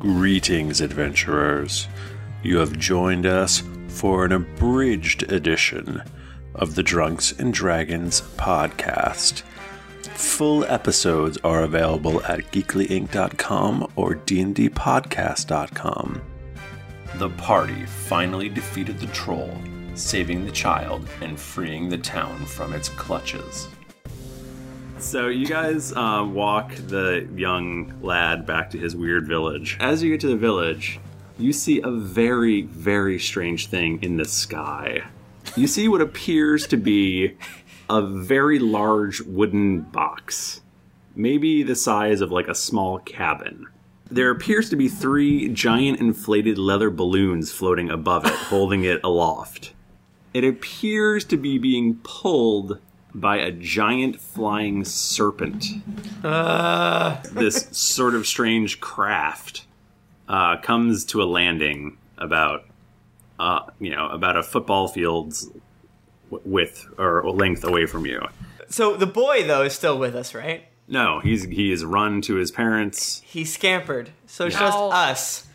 Greetings, adventurers. You have joined us for an abridged edition of the Drunks and Dragons podcast. Full episodes are available at geeklyinc.com or dndpodcast.com. The party finally defeated the troll, saving the child and freeing the town from its clutches. So you guys uh, walk the young lad back to his weird village. As you get to the village, you see a very, very strange thing in the sky. You see what appears to be a very large wooden box, maybe the size of like a small cabin. There appears to be three giant inflated leather balloons floating above it, holding it aloft. It appears to be being pulled by a giant flying serpent. This sort of strange craft uh, comes to a landing about, uh, you know, about a football field's w- width or length away from you. So the boy though is still with us, right? No, he's he is run to his parents He scampered. So it's Yeah. just No. us.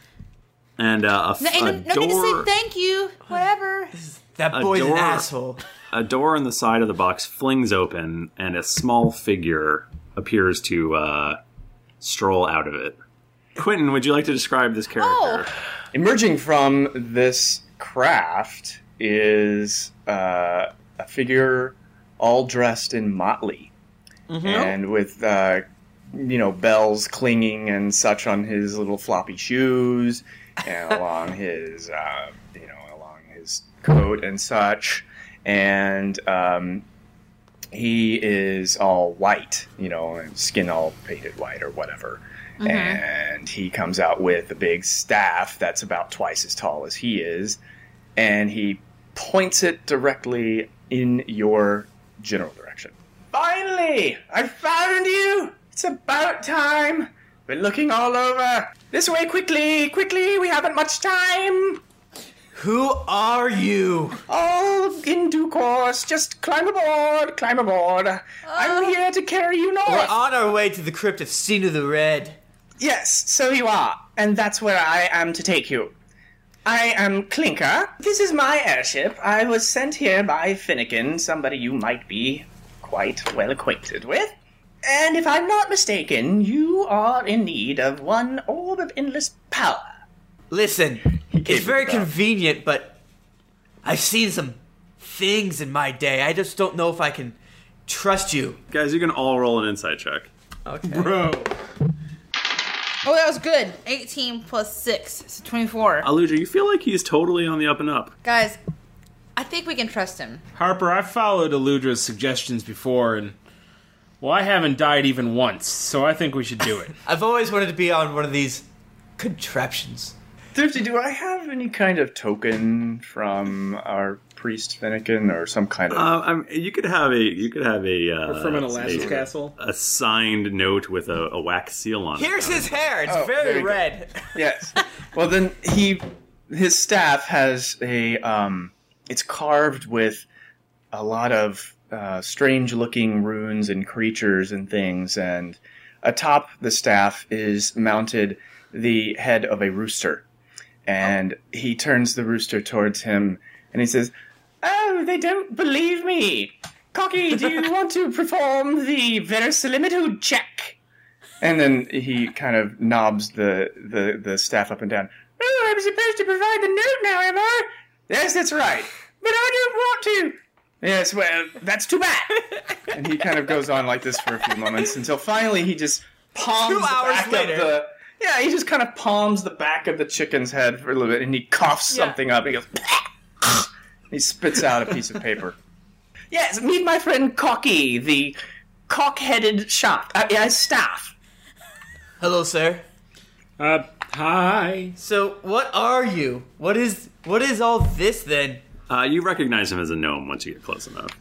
and uh, a, No, f- ain't a no, no need to door say thank you. Whatever. That A boy's door. an asshole. a door on the side of the box flings open and a small figure appears to uh, stroll out of it. Quentin, would you like to describe this character? Oh. Emerging from this craft is uh, a figure all dressed in motley and with, uh, you know, bells clinging and such on his little floppy shoes and along his, uh, you know, along his coat and such. And um, he is all white, you know, and skin all painted white or whatever and he comes out with a big staff that's about twice as tall as he is, and he points it directly in your general direction. Finally, I found you! It's about time! Been looking all over. This way, quickly, quickly, we haven't much time. Who are you? All in due course, just climb aboard, climb aboard. I'm here to carry you north. We're on our way to the crypt of Cena the Red. Yes, so you are, and that's where I am to take you. I am Clinker. This is my airship. I was sent here by Finnegan, somebody you might be quite well acquainted with. And if I'm not mistaken, you are in need of one orb of endless power. Listen, came it's with very that. convenient, but I've seen some things in my day. I just don't know if I can trust you. Guys, you can all roll an insight check. Okay. Oh, that was good. 18 plus 6, so 24. Aluja, you feel like he's totally on the up and up. Guys, I think we can trust him. Harper, I've followed Eludra's suggestions before, and well, I haven't died even once, so I think we should do it. I've always wanted to be on one of these contraptions. Thrifty, do I have any kind of token from our priest Finnegan or some kind of. Uh, I'm, you could have a you could have a uh, From an a- Elastic Castle. a signed note with a, a wax seal on Here's it. his hair. It's Oh, there very you go. red. yes. Well, then he, his staff has a, um, it's carved with a lot of uh, strange-looking runes and creatures and things, and atop the staff is mounted the head of a rooster, and he turns the rooster towards him, and he says, "Oh, they don't believe me." Cocky, do you want to perform the verisimilitude check? And then he kind of knobs the, the, the staff up and down. Oh, I'm supposed to provide the note now, am I? Yes, that's right. But I don't want to. Yes, well, that's too bad. and he kind of goes on like this for a few moments until finally he just palms Two the hours back later. of the. Yeah, he just kind of palms the back of the chicken's head for a little bit, and he coughs Yeah. something up. And he goes. he spits out a piece of paper. Yes, meet my friend Cocky, the cock-headed shaft. Uh, yeah, staff. Hello, sir. Uh, hi. So, what are you? What is what is all this then? Uh, you recognize him as a gnome once you get close enough.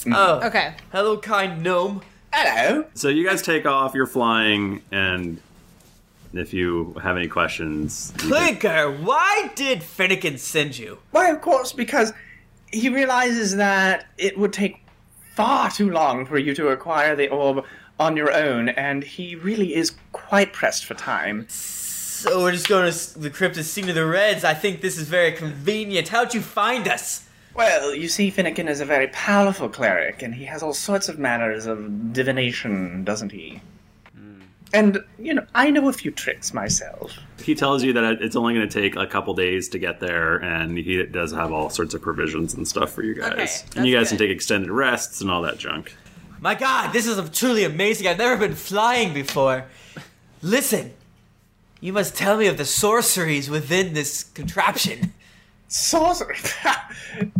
Mm. Oh, Okay. hello, kind gnome. Hello. So you guys take off. You're flying, and if you have any questions, you can- Clinker, why did Finnegan send you? Why, of course, because he realizes that it would take far too long for you to acquire the orb on your own, and he really is quite pressed for time. So we're just going to s- the crypt and sing to the Reds. I think this is very convenient. How'd you find us? Well, you see, Finnegan is a very powerful cleric, and he has all sorts of manners of divination, doesn't he? And, you know, I know a few tricks myself. He tells you that it's only going to take a couple days to get there, and he does have all sorts of provisions and stuff for you guys. Okay, and you guys that's can good. take extended rests and all that junk. My God, this is truly amazing. I've never been flying before. Listen, you must tell me of the sorceries within this contraption. Sorcery!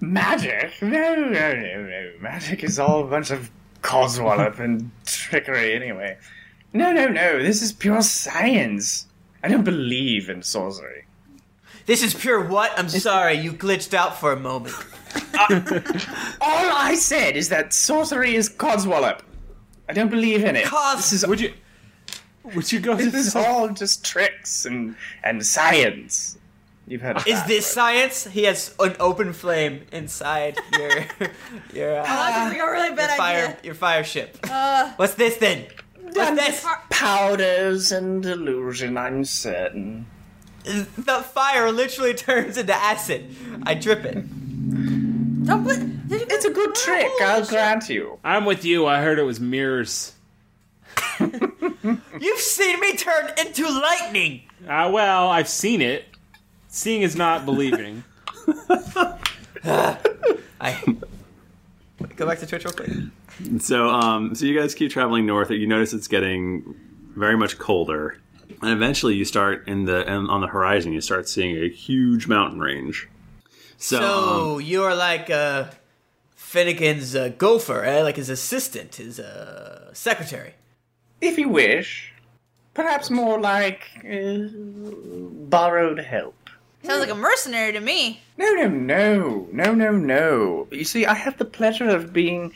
Magic? No, no, no, no. Magic is all a bunch of coswallop and trickery, anyway. No, no, no. This is pure science. I don't believe in sorcery. This is pure what? I'm sorry, you glitched out for a moment. All I said is that sorcery is codswallop. I don't believe in it. Cos- this is, Would you? Would you go to this is all just tricks and and science. You've heard. Of Is that, this right? science? He has an open flame inside your your, uh, That's a really your bad fire idea. your fire ship. Uh, What's this then? What's this? powders and illusion? I'm certain. The fire literally turns into acid. I drip it. don't put, did you It's a good trick. Oh, I'll grant you. I'm with you. I heard it was mirrors. You've seen me turn into lightning. Uh, well, I've seen it. Seeing is not believing. I go back to Twitch real quick. So, um, so you guys keep traveling north. You notice it's getting very much colder, and eventually you start in the and on the horizon. You start seeing a huge mountain range. So, um, So you're like uh, Finnegan's uh, gopher, eh? like his assistant, his uh, secretary. If you wish, perhaps more like uh, borrowed help. Sounds like a mercenary to me. No, no, no, no, no, no. You see, I have the pleasure of being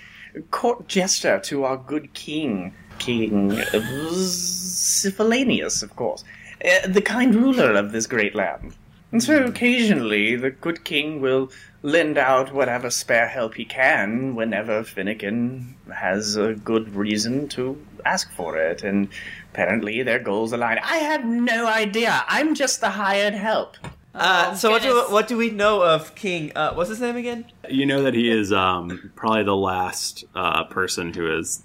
court jester to our good king, King Syphilanius, of course, uh, the kind ruler of this great land. And so occasionally the good king will lend out whatever spare help he can whenever Finnegan has a good reason to ask for it, and apparently their goals align. I have no idea. I'm just the hired help. Uh, so what do Oh, goodness. what do we know of King? Uh, what's his name again? you know that he is um, probably the last uh, person who is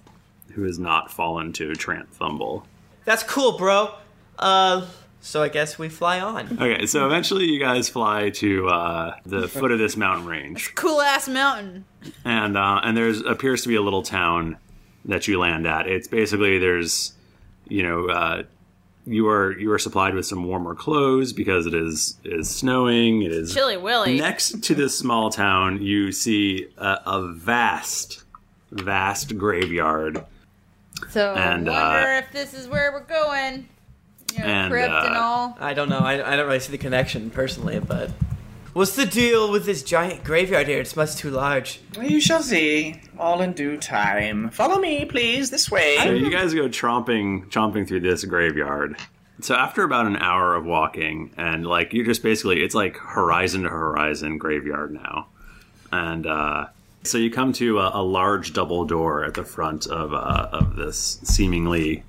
who has not fallen to Trant Thumble. That's cool, bro. Uh, so I guess we fly on. Okay, so eventually you guys fly to uh, the foot of this mountain range, Cool ass mountain. and uh, and there's appears to be a little town that you land at. It's basically there's, you know, uh, you are you are supplied with some warmer clothes because it is it is snowing. It is Chilly Willy. next to this small town. You see a, a vast, vast graveyard. so and, I uh, wonder if this is where we're going. You know, and, crypt and uh, all. I don't know. I, I don't really see the connection personally, but what's the deal with this giant graveyard here? It's much too large. You shall see, all in due time. Follow me, please, this So way. you guys go tromping, chomping through this graveyard. So after about an hour of walking, and like you're just basically, it's like horizon to horizon graveyard now, and uh, so you come to a, a large double door at the front of uh, of this seemingly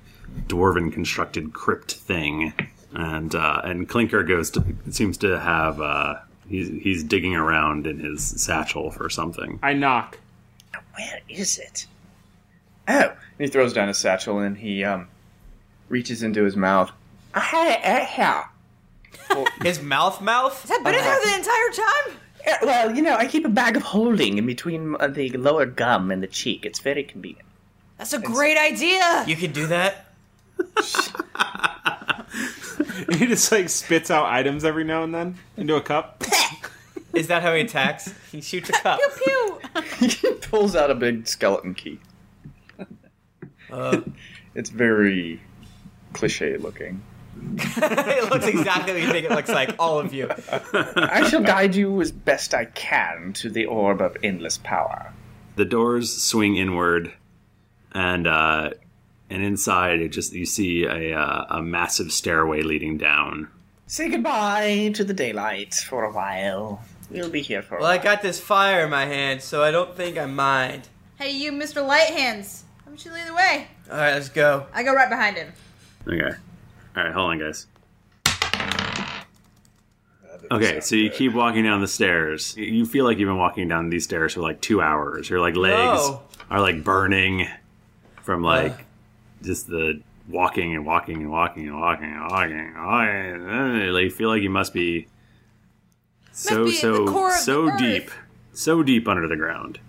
dwarven constructed crypt thing, and uh, and Clinker goes to seems to have uh, he's he's digging around in his satchel for something. I knock. Where is it? Oh. He throws down his satchel and he um reaches into his mouth. Hey, eh, yeah. His mouth, mouth. Is that been in there the entire time? Eh, Well, you know, I keep a bag of holding in between uh, the lower gum and the cheek. It's very convenient. That's a great idea. You can do that. He just like spits out items every now and then into a cup. Is that how he attacks? He shoots a cup. Pew. he pulls out a big skeleton key. Uh. it's very cliche looking. it looks exactly what you think it looks like. All of you. I shall guide you as best I can to the orb of endless power. the doors swing inward and uh and inside it just you see a uh, a massive stairway leading down Say goodbye to the daylight for a while. We'll be here for a Well, I while. got this fire in my hand, so I don't think I mind. hey, you, Mr. Light Hands. How about you lead the way? All right, let's go. I go right behind him. okay All right, hold on, guys. Okay, so you keep walking down the stairs. You feel like you've been walking down these stairs for like two hours. Your like legs No. are like burning from like just the walking and walking and walking and walking and walking. And walking. Like you feel like you must be so be at so the core of so the earth. deep, so deep under the ground.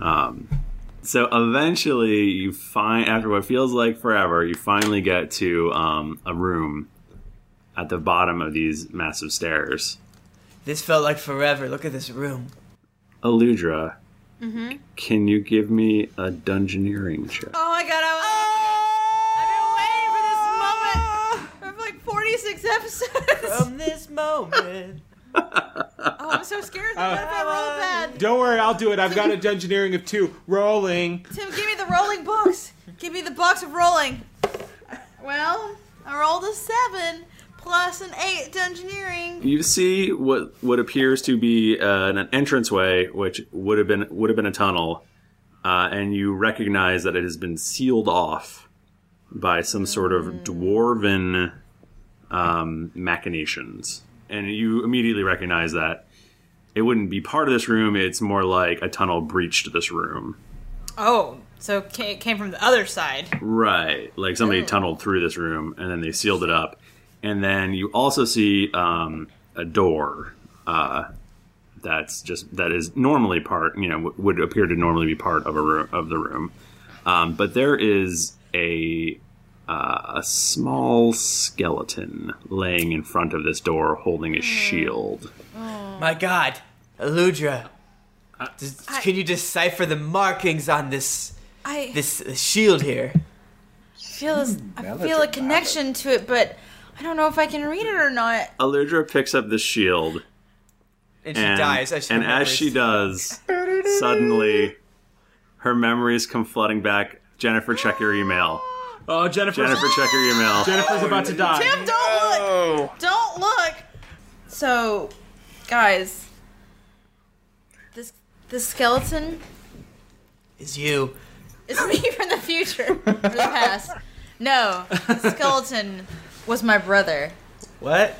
Um, so eventually you find after what feels like forever, you finally get to um, a room at the bottom of these massive stairs. This felt like forever. Look at this room. Aludra, Mm-hmm. can you give me a dungeoneering check? Oh my god, I was, I've been waiting for this moment for like 46 episodes. From this moment. Oh, I'm so scared. What if I roll bad? Don't worry, I'll do it. I've got a dungeoneering of two. Rolling. Tim, give me the rolling books. Give me the box of rolling. Well, I rolled a seven plus an eight to engineering. You see what what appears to be uh, an entranceway, which would have been would have been a tunnel, uh, and you recognize that it has been sealed off by some sort of dwarven um, machinations, and you immediately recognize that it wouldn't be part of this room. It's more like a tunnel breached this room, Oh, so ca- it came from the other side. right? Like somebody tunneled through this room and then they sealed it up, and then you also see um, a door uh, that's just that is normally part you know w- would appear to normally be part of a room of the room um, but there is a uh, a small skeleton laying in front of this door holding a shield My god. Eludra. Uh, Does- can you decipher the markings on this I this uh, shield here? feel this, I feel a connection to it, but I don't know if I can read it or not. Aludra picks up the shield And she and, dies. As she and as remembers. she does suddenly her memories come flooding back Jennifer check your email Oh, Jennifer. Jennifer check your email Jennifer's about to die. Tim, don't look. Oh, Don't look. So, guys, this this skeleton is you. is me from the future or the past. No, the skeleton was my brother, What?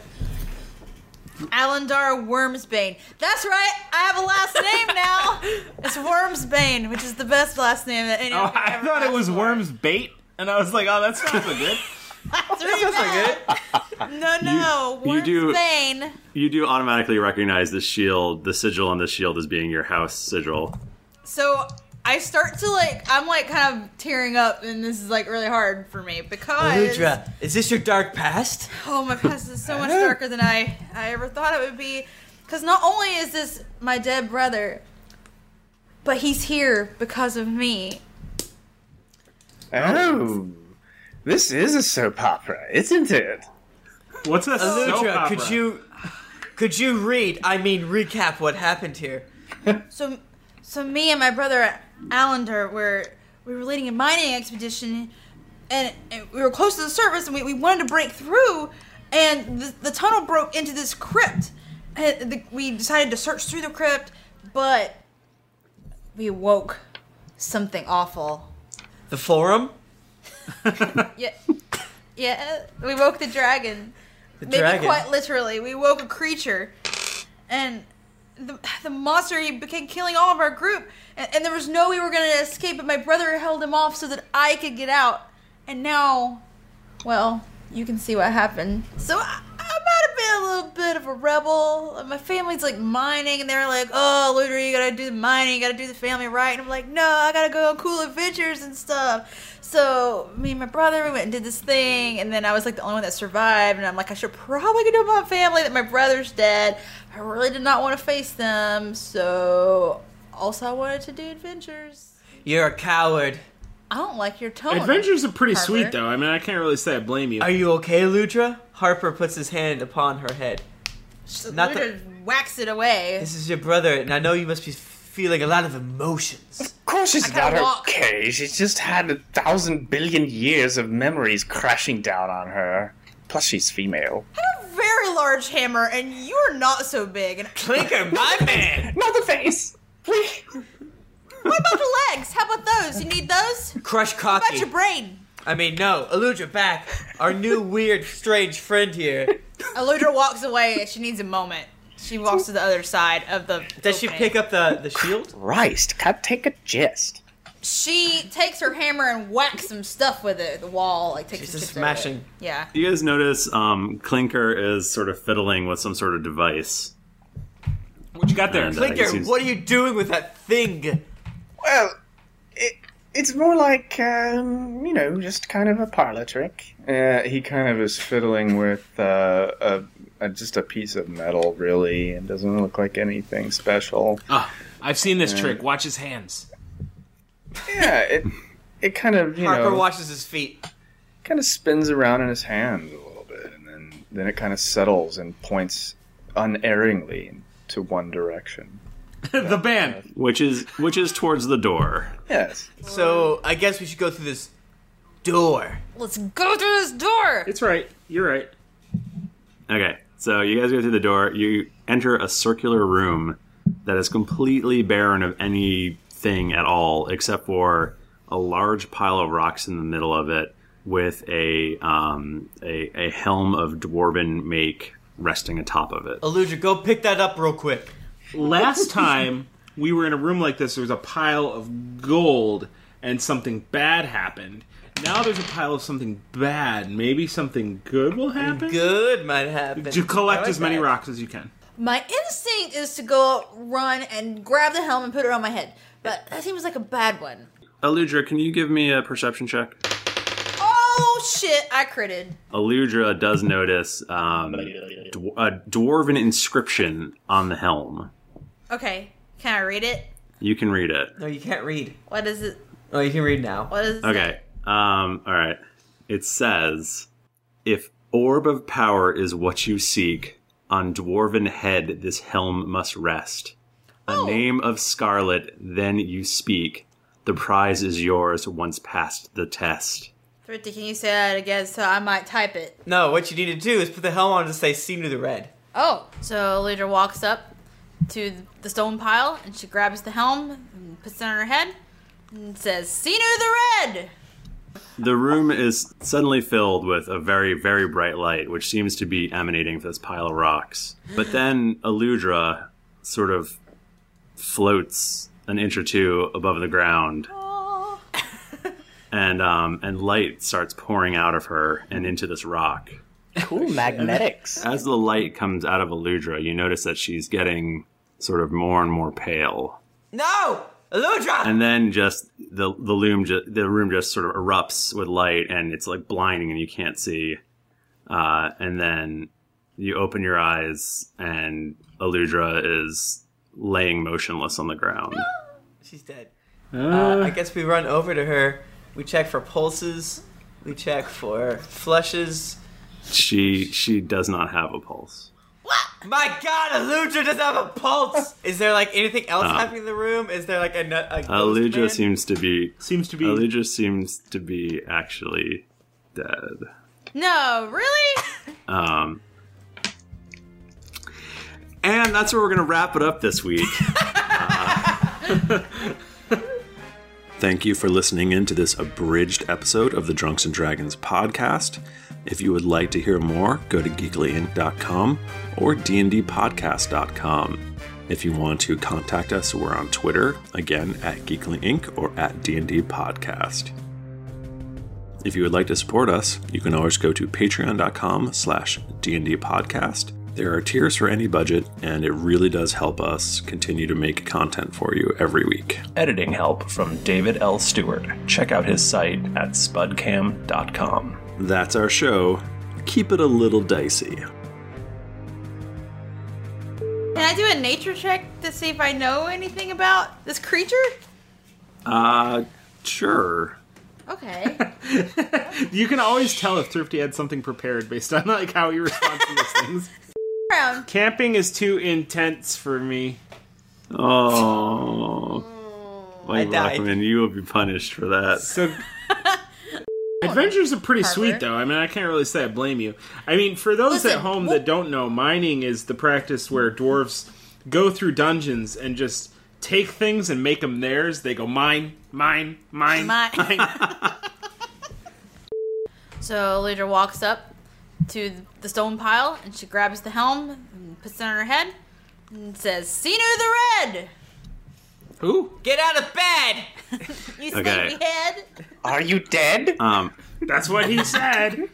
Alandar Wormsbane. That's right. I have a last name now. It's Wormsbane, which is the best last name that anyone Oh, I ever thought it asked was for. worms bait, and I was like, oh, that's kind of good. That's really bad. No, no, you do- Wormsbane. you do automatically recognize the shield the sigil on the shield as being your house sigil So I start to like, I'm like kind of tearing up, and this is like really hard for me because Eludra, is this your dark past? oh my past is so much darker than I I ever thought it would be. Because not only is this my dead brother, but he's here because of me. oh, this is a soap opera, isn't it? What's that? soap Eludra, could opera? you could you read, I mean recap what happened here? So, so me and my brother Allender were we were leading a mining expedition, and, and we were close to the surface, and we, we wanted to break through, and the, the tunnel broke into this crypt, and the, we decided to search through the crypt, but we awoke something awful. The forum? Yeah, yeah, we woke the dragon. The Maybe dragon. quite literally, we woke a creature, and the, the monster he began killing all of our group, and, and there was no way we were going to escape. But my brother held him off so that I could get out, and now, well, you can see what happened. So I, I might have been a little bit of a rebel. My family's like mining, and they're like, "Oh, Luder, you gotta do the mining, you gotta do the family right." And I'm like, "No, I gotta go on cool adventures and stuff." So me and my brother we went and did this thing, and then I was like the only one that survived. And I'm like, I should probably go to my family that my brother's dead. I really did not want to face them, so also I wanted to do adventures. You're a coward. I don't like your tone. Adventures are pretty Harper. sweet, though. I mean, I can't really say Oh, I blame you. Are you okay, Eludra? Harper puts his hand upon her head. not Not the- wax it away. This is your brother, and I know you must be feeling a lot of emotions. Of course, she's not gotta walk. okay. She's just had a thousand billion years of memories crashing down on her. Plus, she's female. very large hammer and you're not so big. And Clinker, my man! Not the face. what about the legs? How about those? You need those? What Crush about cocky. your brain? I mean, no, Eludra back. Our new weird, strange friend here. Eludra walks away. She needs a moment. She walks to the other side of the. Does she opening. pick up the, the shield? Christ, cut, take a gist. She takes her hammer and whacks some stuff with it. The wall, like takes She's some just chips out of it. smashing. Yeah. You guys notice um, Clinker is sort of fiddling with some sort of device. What you got there? And, uh, Clinker, it seems- what are you doing with that thing? Well, it, it's more like, um, you know, just kind of a parlor trick. Uh, he kind of is fiddling with uh, a, a, just a piece of metal, really, and doesn't look like anything special. Ah, I've seen this trick. Watch his hands. Yeah, it it kind of, you Harper know, washes his feet. kind of spins around in his hands a little bit, and then, then it kind of settles and points unerringly to one direction. the band. Which is which is towards the door. Yes. So I guess we should go through this door. Let's go through this door. It's right. You're right. Okay, so you guys go through the door. You enter a circular room that is completely barren of anything at all, except for a large pile of rocks in the middle of it, with a um, a, a helm of dwarven make resting atop of it. Eludra, go pick that up real quick. Last time we were in a room like this, there was a pile of gold and something bad happened. Now there's a pile of something bad. Maybe something good will happen? Good might happen. To collect I like as many that. rocks as you can. My instinct is to go run and grab the helm and put it on my head, but that seems like a bad one. Aludra, can you give me a perception check? Oh shit! I critted. Aludra does notice um, dw- a dwarven inscription on the helm. Okay, can I read it? You can read it. No, you can't read. What is it? Oh, you can read now. What is it? Okay. Um, all right. It says, "If orb of power is what you seek, on dwarven head this helm must rest. A name of scarlet, then you speak. The prize is yours once past the test." Thrifty, can you say that again so I might type it? No, what you need to do is put the helm on to say "See to the Red." Oh, so Lydra walks up to the stone pile and she grabs the helm and puts it on her head and says, Sinu the Red! The room is suddenly filled with a very, very bright light, which seems to be emanating from this pile of rocks. But then Aludra sort of floats an inch or two above the ground. And um, and light starts pouring out of her and into this rock. Cool magnetics. As the light comes out of Aludra, you notice that she's getting sort of more and more pale. No, Eludra. And then just the the loom ju- the room just sort of erupts with light and it's like blinding and you can't see. Uh, and then you open your eyes and Aludra is laying motionless on the ground. She's dead. Uh, I guess we run over to her. We check for pulses. We check for flushes. She she does not have a pulse. My God, Eludra doesn't have a pulse. Is there like anything else Uh. happening in the room? Is there like a, nu- a ghost man? Aludra seems to be Seems to be. Aludra seems to be actually dead. No, really? Um, and that's where we're going to wrap it up this week. Thank you for listening in to this abridged episode of the Drunks and Dragons podcast. If you would like to hear more, go to geeklyinc.com or dndpodcast.com. If you want to contact us, we're on Twitter, again at Geekly Inc. or at DND Podcast. If you would like to support us, you can always go to patreon.com slash DND podcast. There are tiers for any budget, and it really does help us continue to make content for you every week. Editing help from David L. Stewart. Check out his site at spudcam.com. That's our show. Keep it a little dicey. Can I do a nature check to see if I know anything about this creature? Uh, sure. Okay. You can always tell if Thrifty had something prepared based on like how he responds to these things. Around. Camping is too intense for me. Oh. Like died. Rockman, you will be punished for that. So adventures are pretty Harper. sweet though. I mean, I can't really say I blame you. I mean, for those Listen, at home wh- that don't know, mining is the practice where dwarves go through dungeons and just take things and make them theirs. They go mine, mine, mine, Mine. mine. So Lydra walks up to the stone pile and she grabs the helm and puts it on her head and says, Sinu the Red! Ooh, Get out of bed! You Okay. sleepy head! Are you dead? Um, that's what he said.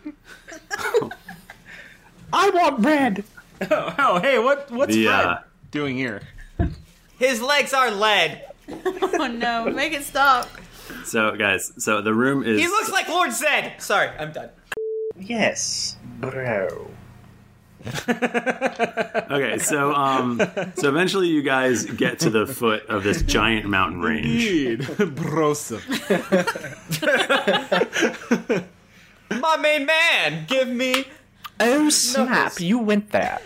I want red. oh, oh, hey, what what's The, Fred uh, doing here? His legs are lead. Oh no, make it stop. so Oh, guys, so the room is He looks like Lord Zed. Sorry, I'm done. Yes, bro. okay. So um, so eventually you guys get to the foot of this giant mountain range. Dude, Brosa. My main man, give me. Oh snap! You went there.